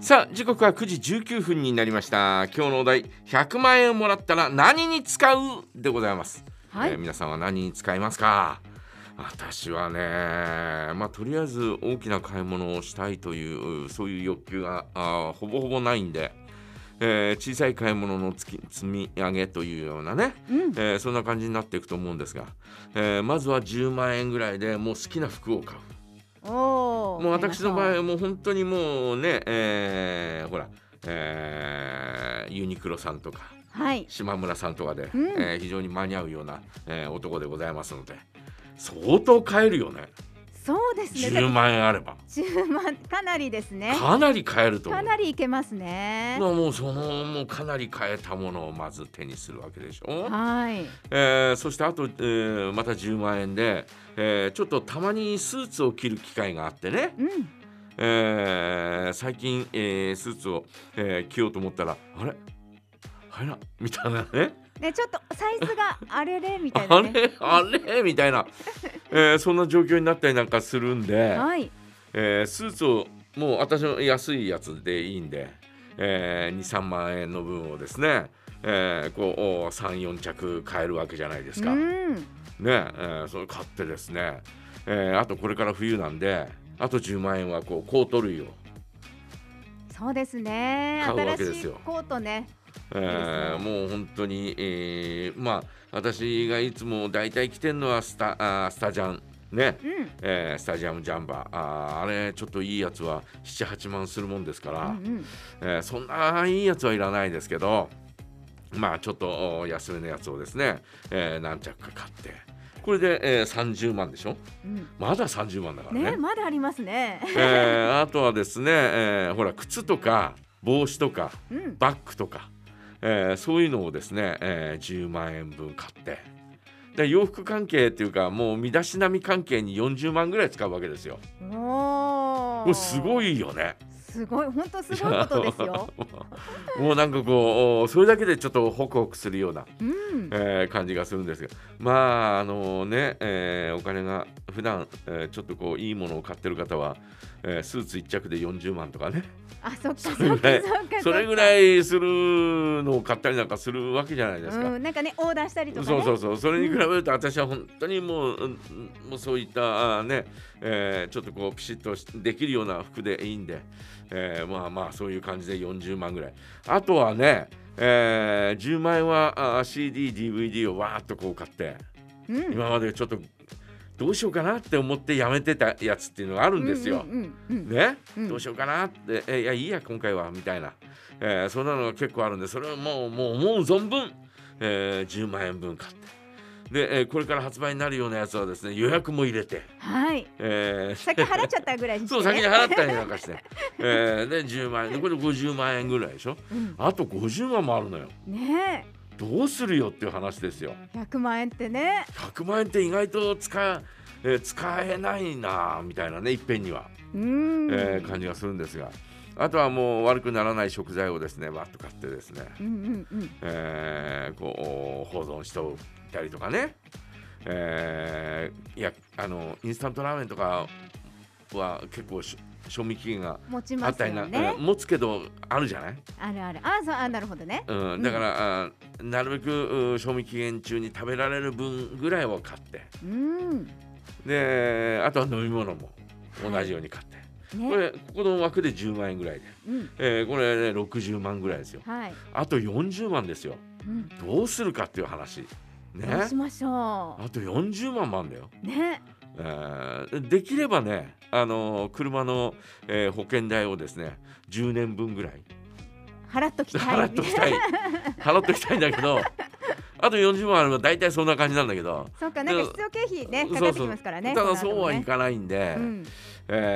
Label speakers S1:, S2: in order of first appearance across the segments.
S1: さあ時刻は9時19分になりました今日のお題100万円もらったら何に使うでございます、
S2: はい
S1: えー皆さんは何に使いますか私はねまあとりあえず大きな買い物をしたいというそういう欲求があーほぼほぼないんで、えー小さい買い物のつき積み上げというようなね、
S2: うん
S1: えーそんな感じになっていくと思うんですが、えーまずは10万円ぐらいでもう好きな服を買う
S2: おお。
S1: もう私の場
S2: 合。
S1: 合もう本当にもうね、えーほら、えーユニクロさんとか
S2: はい。
S1: 島村さんとかで、
S2: うん
S1: えー非常に間に合うような、えー男でございますので相当買えるよね
S2: そうです
S1: 10
S2: ね。
S1: 万円あれば
S2: 十万かなりですね。
S1: かなり買えると思
S2: か
S1: う。
S2: なりいけますね。
S1: もうそのもうかなり買えたものをまず手にするわけでしょ、
S2: はい。
S1: えーそしてあと、えーまた10万円で、えーちょっとたまにスーツを着る機会があってね、
S2: うん。
S1: えー最近、えースーツを、えー着ようと思ったらあれあれなみたい なね
S2: ね、ちょっとサイズ があれれみたい
S1: あ
S2: なね。
S1: れあれみたいな、えーそんな状況になったりなんかするんで、
S2: はい。
S1: えースーツをもう私の安いやつでいいんで、え23万円の分をですね、えーこう34着買えるわけじゃないです
S2: う
S1: か。
S2: ん。
S1: ねえーそれ買ってですね、えーあとこれから冬なんであと10万円はこうコート類を。
S2: そうですね。
S1: 買うわけですよ
S2: 新しいコートね。
S1: えーもう本当に、えーまあ私がいつも大体着てるのはスタあースタジャンね、
S2: うん。
S1: えースタジアムジャンバーあーあれちょっといいやつは78万するもんですから、
S2: うんうん。
S1: えーそんないいやつはいらないですけどまあちょっとお安めのやつをですね、えー何着か買ってこれで、えー30万でしょ
S2: うん
S1: まだ30万だからね
S2: ね、まだありますね。
S1: えーあとはですね、えーほら靴とか帽子とか
S2: うん。
S1: バッグとか、えーそういうのをですね、えー10万円分買ってで洋服関係っていうかもう身だしなみ関係に40万ぐらい使うわけですよ。
S2: お
S1: こ
S2: お。
S1: れすご。いよね。
S2: すごい、本当すごいことです よ。
S1: もうなんかこうそれだけでちょっとホクホクするような、
S2: うん。
S1: えー感じがするんですがまああのね、えーお金が普段、えーちょっとこういいものを買ってる方は、えースーツ1着で40万と かね
S2: あ、そっか、そっ
S1: それ
S2: か、そっ
S1: ぐらい
S2: か。
S1: それぐ
S2: い
S1: らいするのを買ったりなんかするわけじゃないですか。
S2: うん、なんかね、オーダーしたりとか
S1: そう
S2: ね。
S1: そうそうそれに比べると私は本当にもう,、うんもうそういったあーね、えーちょっとこうピシッとしできるような服でいいんで、えーまあまあそういう感じで40万ぐらいあとはね、えー10万円は CDDVD をわーっとこう買って
S2: うん。
S1: 今までちょっとどうしようかなって思ってやめてたやつっていうのがあるんですよ。
S2: うんうんうんうん
S1: ね、
S2: うん
S1: どうしようかなってえいやいいや今回はみたいな、えーそんなのが結構あるんでそれをもうもう思う存分、えー10万円分買ってで、えーこれから発売になるようなやつはですね予約も入れて、
S2: はい。
S1: えー
S2: 先払っちゃったぐらいにして
S1: そ
S2: ね。
S1: う先に払ったりなんかして、えーで10万円これ50万円ぐらいでしょ
S2: うん
S1: あと50万もあるのよ
S2: ね
S1: どうするよっていう話ですよ
S2: え、100万円ってね。
S1: 100万円って意外と使,、えー使えないなみたいなねいっぺんには。
S2: うん。
S1: えー感じがするんですがあとはもう悪くならない食材をですねわっと買ってですね、
S2: うんうんうん。
S1: えーこう保存しておいたりとかね、えーいやあのインスタントラーメンとかは結構し賞味期限が
S2: 持ち
S1: あ
S2: ま
S1: っ
S2: す
S1: たりな、
S2: よね
S1: うん。持つけどあるじゃない、
S2: あるある。あ、そう、あ、なるほどね。
S1: うん、だから、あーなるべくうん賞味期限中に食べられる分ぐらいを買って
S2: うん。
S1: であとは飲み物も同じように買って、こ
S2: ね。
S1: れここの枠で10万円ぐらいで。
S2: うん。
S1: えーこれね60万ぐらいですよ
S2: はい。
S1: あと40万ですよ
S2: うん。
S1: どうするかっていう話
S2: どう
S1: ね
S2: しましょ
S1: あと40万もあんだよ、
S2: う。ね。
S1: えーできればねあのー車の、えー保険代をですね10年分ぐらい
S2: 払っときたい。
S1: 払っときたい払っときたいんだけどあと40万あれば大体そんな感じなんだけど、
S2: そうか、なんか必要経費ね、かかってきますからね。
S1: ただ
S2: この後
S1: そう
S2: も
S1: はい
S2: ね。
S1: かないんで、
S2: うん。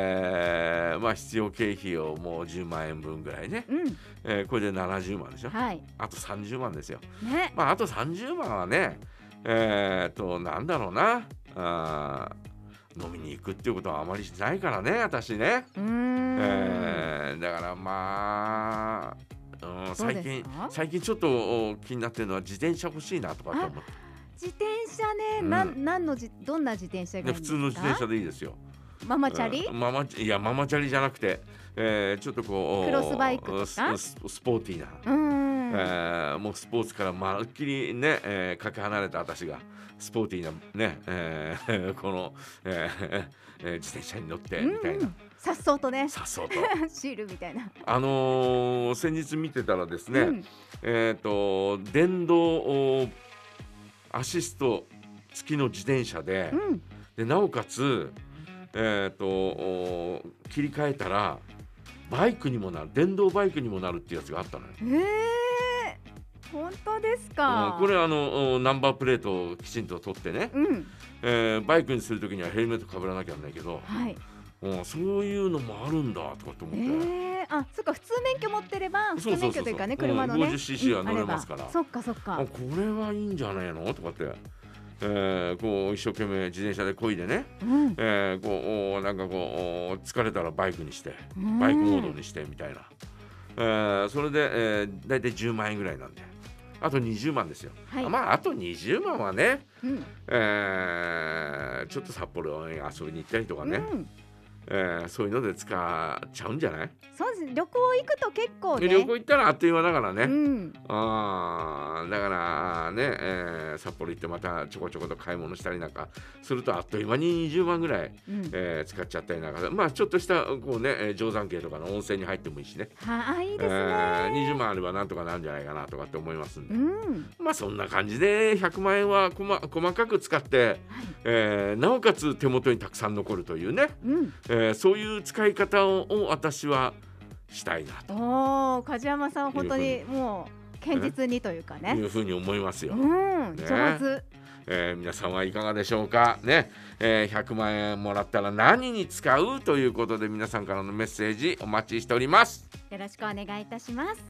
S1: えーまあ必要経費をもう10万円分ぐらいね、
S2: うん。
S1: えーこれで70万でしょ
S2: はい。
S1: あと30万ですよ
S2: ね。
S1: まあ、あと30万はね、えーっと、なんだろうな、あー飲みに行くっていうことはあまりしないからね、私ね。
S2: うーん。
S1: えーだからまあ、うん、
S2: そう
S1: 最
S2: ですか
S1: 近、最近ちょっとお気になってるのは自転車欲しいなとかって思って、
S2: 自転車ね、
S1: うん
S2: なん、なんのじ、どんな自転車が
S1: で
S2: いいん
S1: 普
S2: です
S1: 通
S2: か
S1: の自転車でいいですよ。
S2: ママチャリ
S1: うんママチいやママチャリじゃなくて、えーちょっとこう
S2: クロスバイクとか
S1: スススポーティーな、
S2: うーん
S1: えーもうスポーツからまるっきりね、えーかけ離れた私がスポーティーなね、えー この、えー えー自転車に乗ってみたい
S2: うんう
S1: なん
S2: さっそうとね
S1: さっ そうと
S2: シールみたいな、
S1: あのー先日見てたらですね、
S2: うん
S1: えっ、と電動おアシスト付きの自転車で、
S2: うん
S1: でなおかつ、えー、とお切り替えたらバイクにもなる電動バイクにもなるっていうやつがあったのよ。
S2: ええ本当ですか、
S1: うんこれあのおナンバープレートをきちんと取ってね、
S2: うん
S1: えーバイクにする時にはヘルメットかぶらなきゃなんないけど、
S2: はい
S1: うん、そういうのもあるんだとかって思っ
S2: え
S1: て、
S2: えあそっか普通免許持ってれば普
S1: そう
S2: 通
S1: そうそうそう
S2: 免許というかね車の
S1: う
S2: ね、
S1: ん 50cc は乗れ
S2: あば
S1: ますから
S2: そっかそっか
S1: あこれはいいんじゃないのとかって、えーこう一生懸命自転車で漕いでね、
S2: うん
S1: えーこうおーなんかこうおー疲れたらバイクにしてバイクモードにしてみたいな、えーそれで、えー、大体10万円ぐらいなんであと20万ですよ、
S2: はい
S1: あまああと20万はね、
S2: うん
S1: えーちょっと札幌に遊びに行ったりとかね、
S2: うん
S1: えーそういうので使っちゃうんじゃない、
S2: そうですね旅行行くと結構ね
S1: 旅行行ったらあっという間だからね、
S2: うん
S1: あーだからね、えー札幌行ってまたちょこちょこと買い物したりなんかするとあっという間に20万ぐらい、
S2: うん
S1: えー使っちゃったりなんかまあちょっとしたこうねえー定山渓とかの温泉に入ってもいいしね
S2: はいいい
S1: え
S2: ですね、
S1: ー20万あればなんとかなるんじゃないかなとかって思いますんで、
S2: うん
S1: まあそんな感じで100万円はこま細かく使って、えーなおかつ手元にたくさん残るというね、
S2: うん
S1: えーそういう使い方をを私はしたいな
S2: おお梶山さんは本当にもう堅実にというか
S1: と
S2: ね
S1: いうふうに思いますよ。
S2: うん
S1: ね
S2: 上手
S1: えー皆さんはいかがでしょうかね、えー100万円もらったら何に使うということで皆さんからのメッセージお待ちしております。
S2: よろしくお願いいたします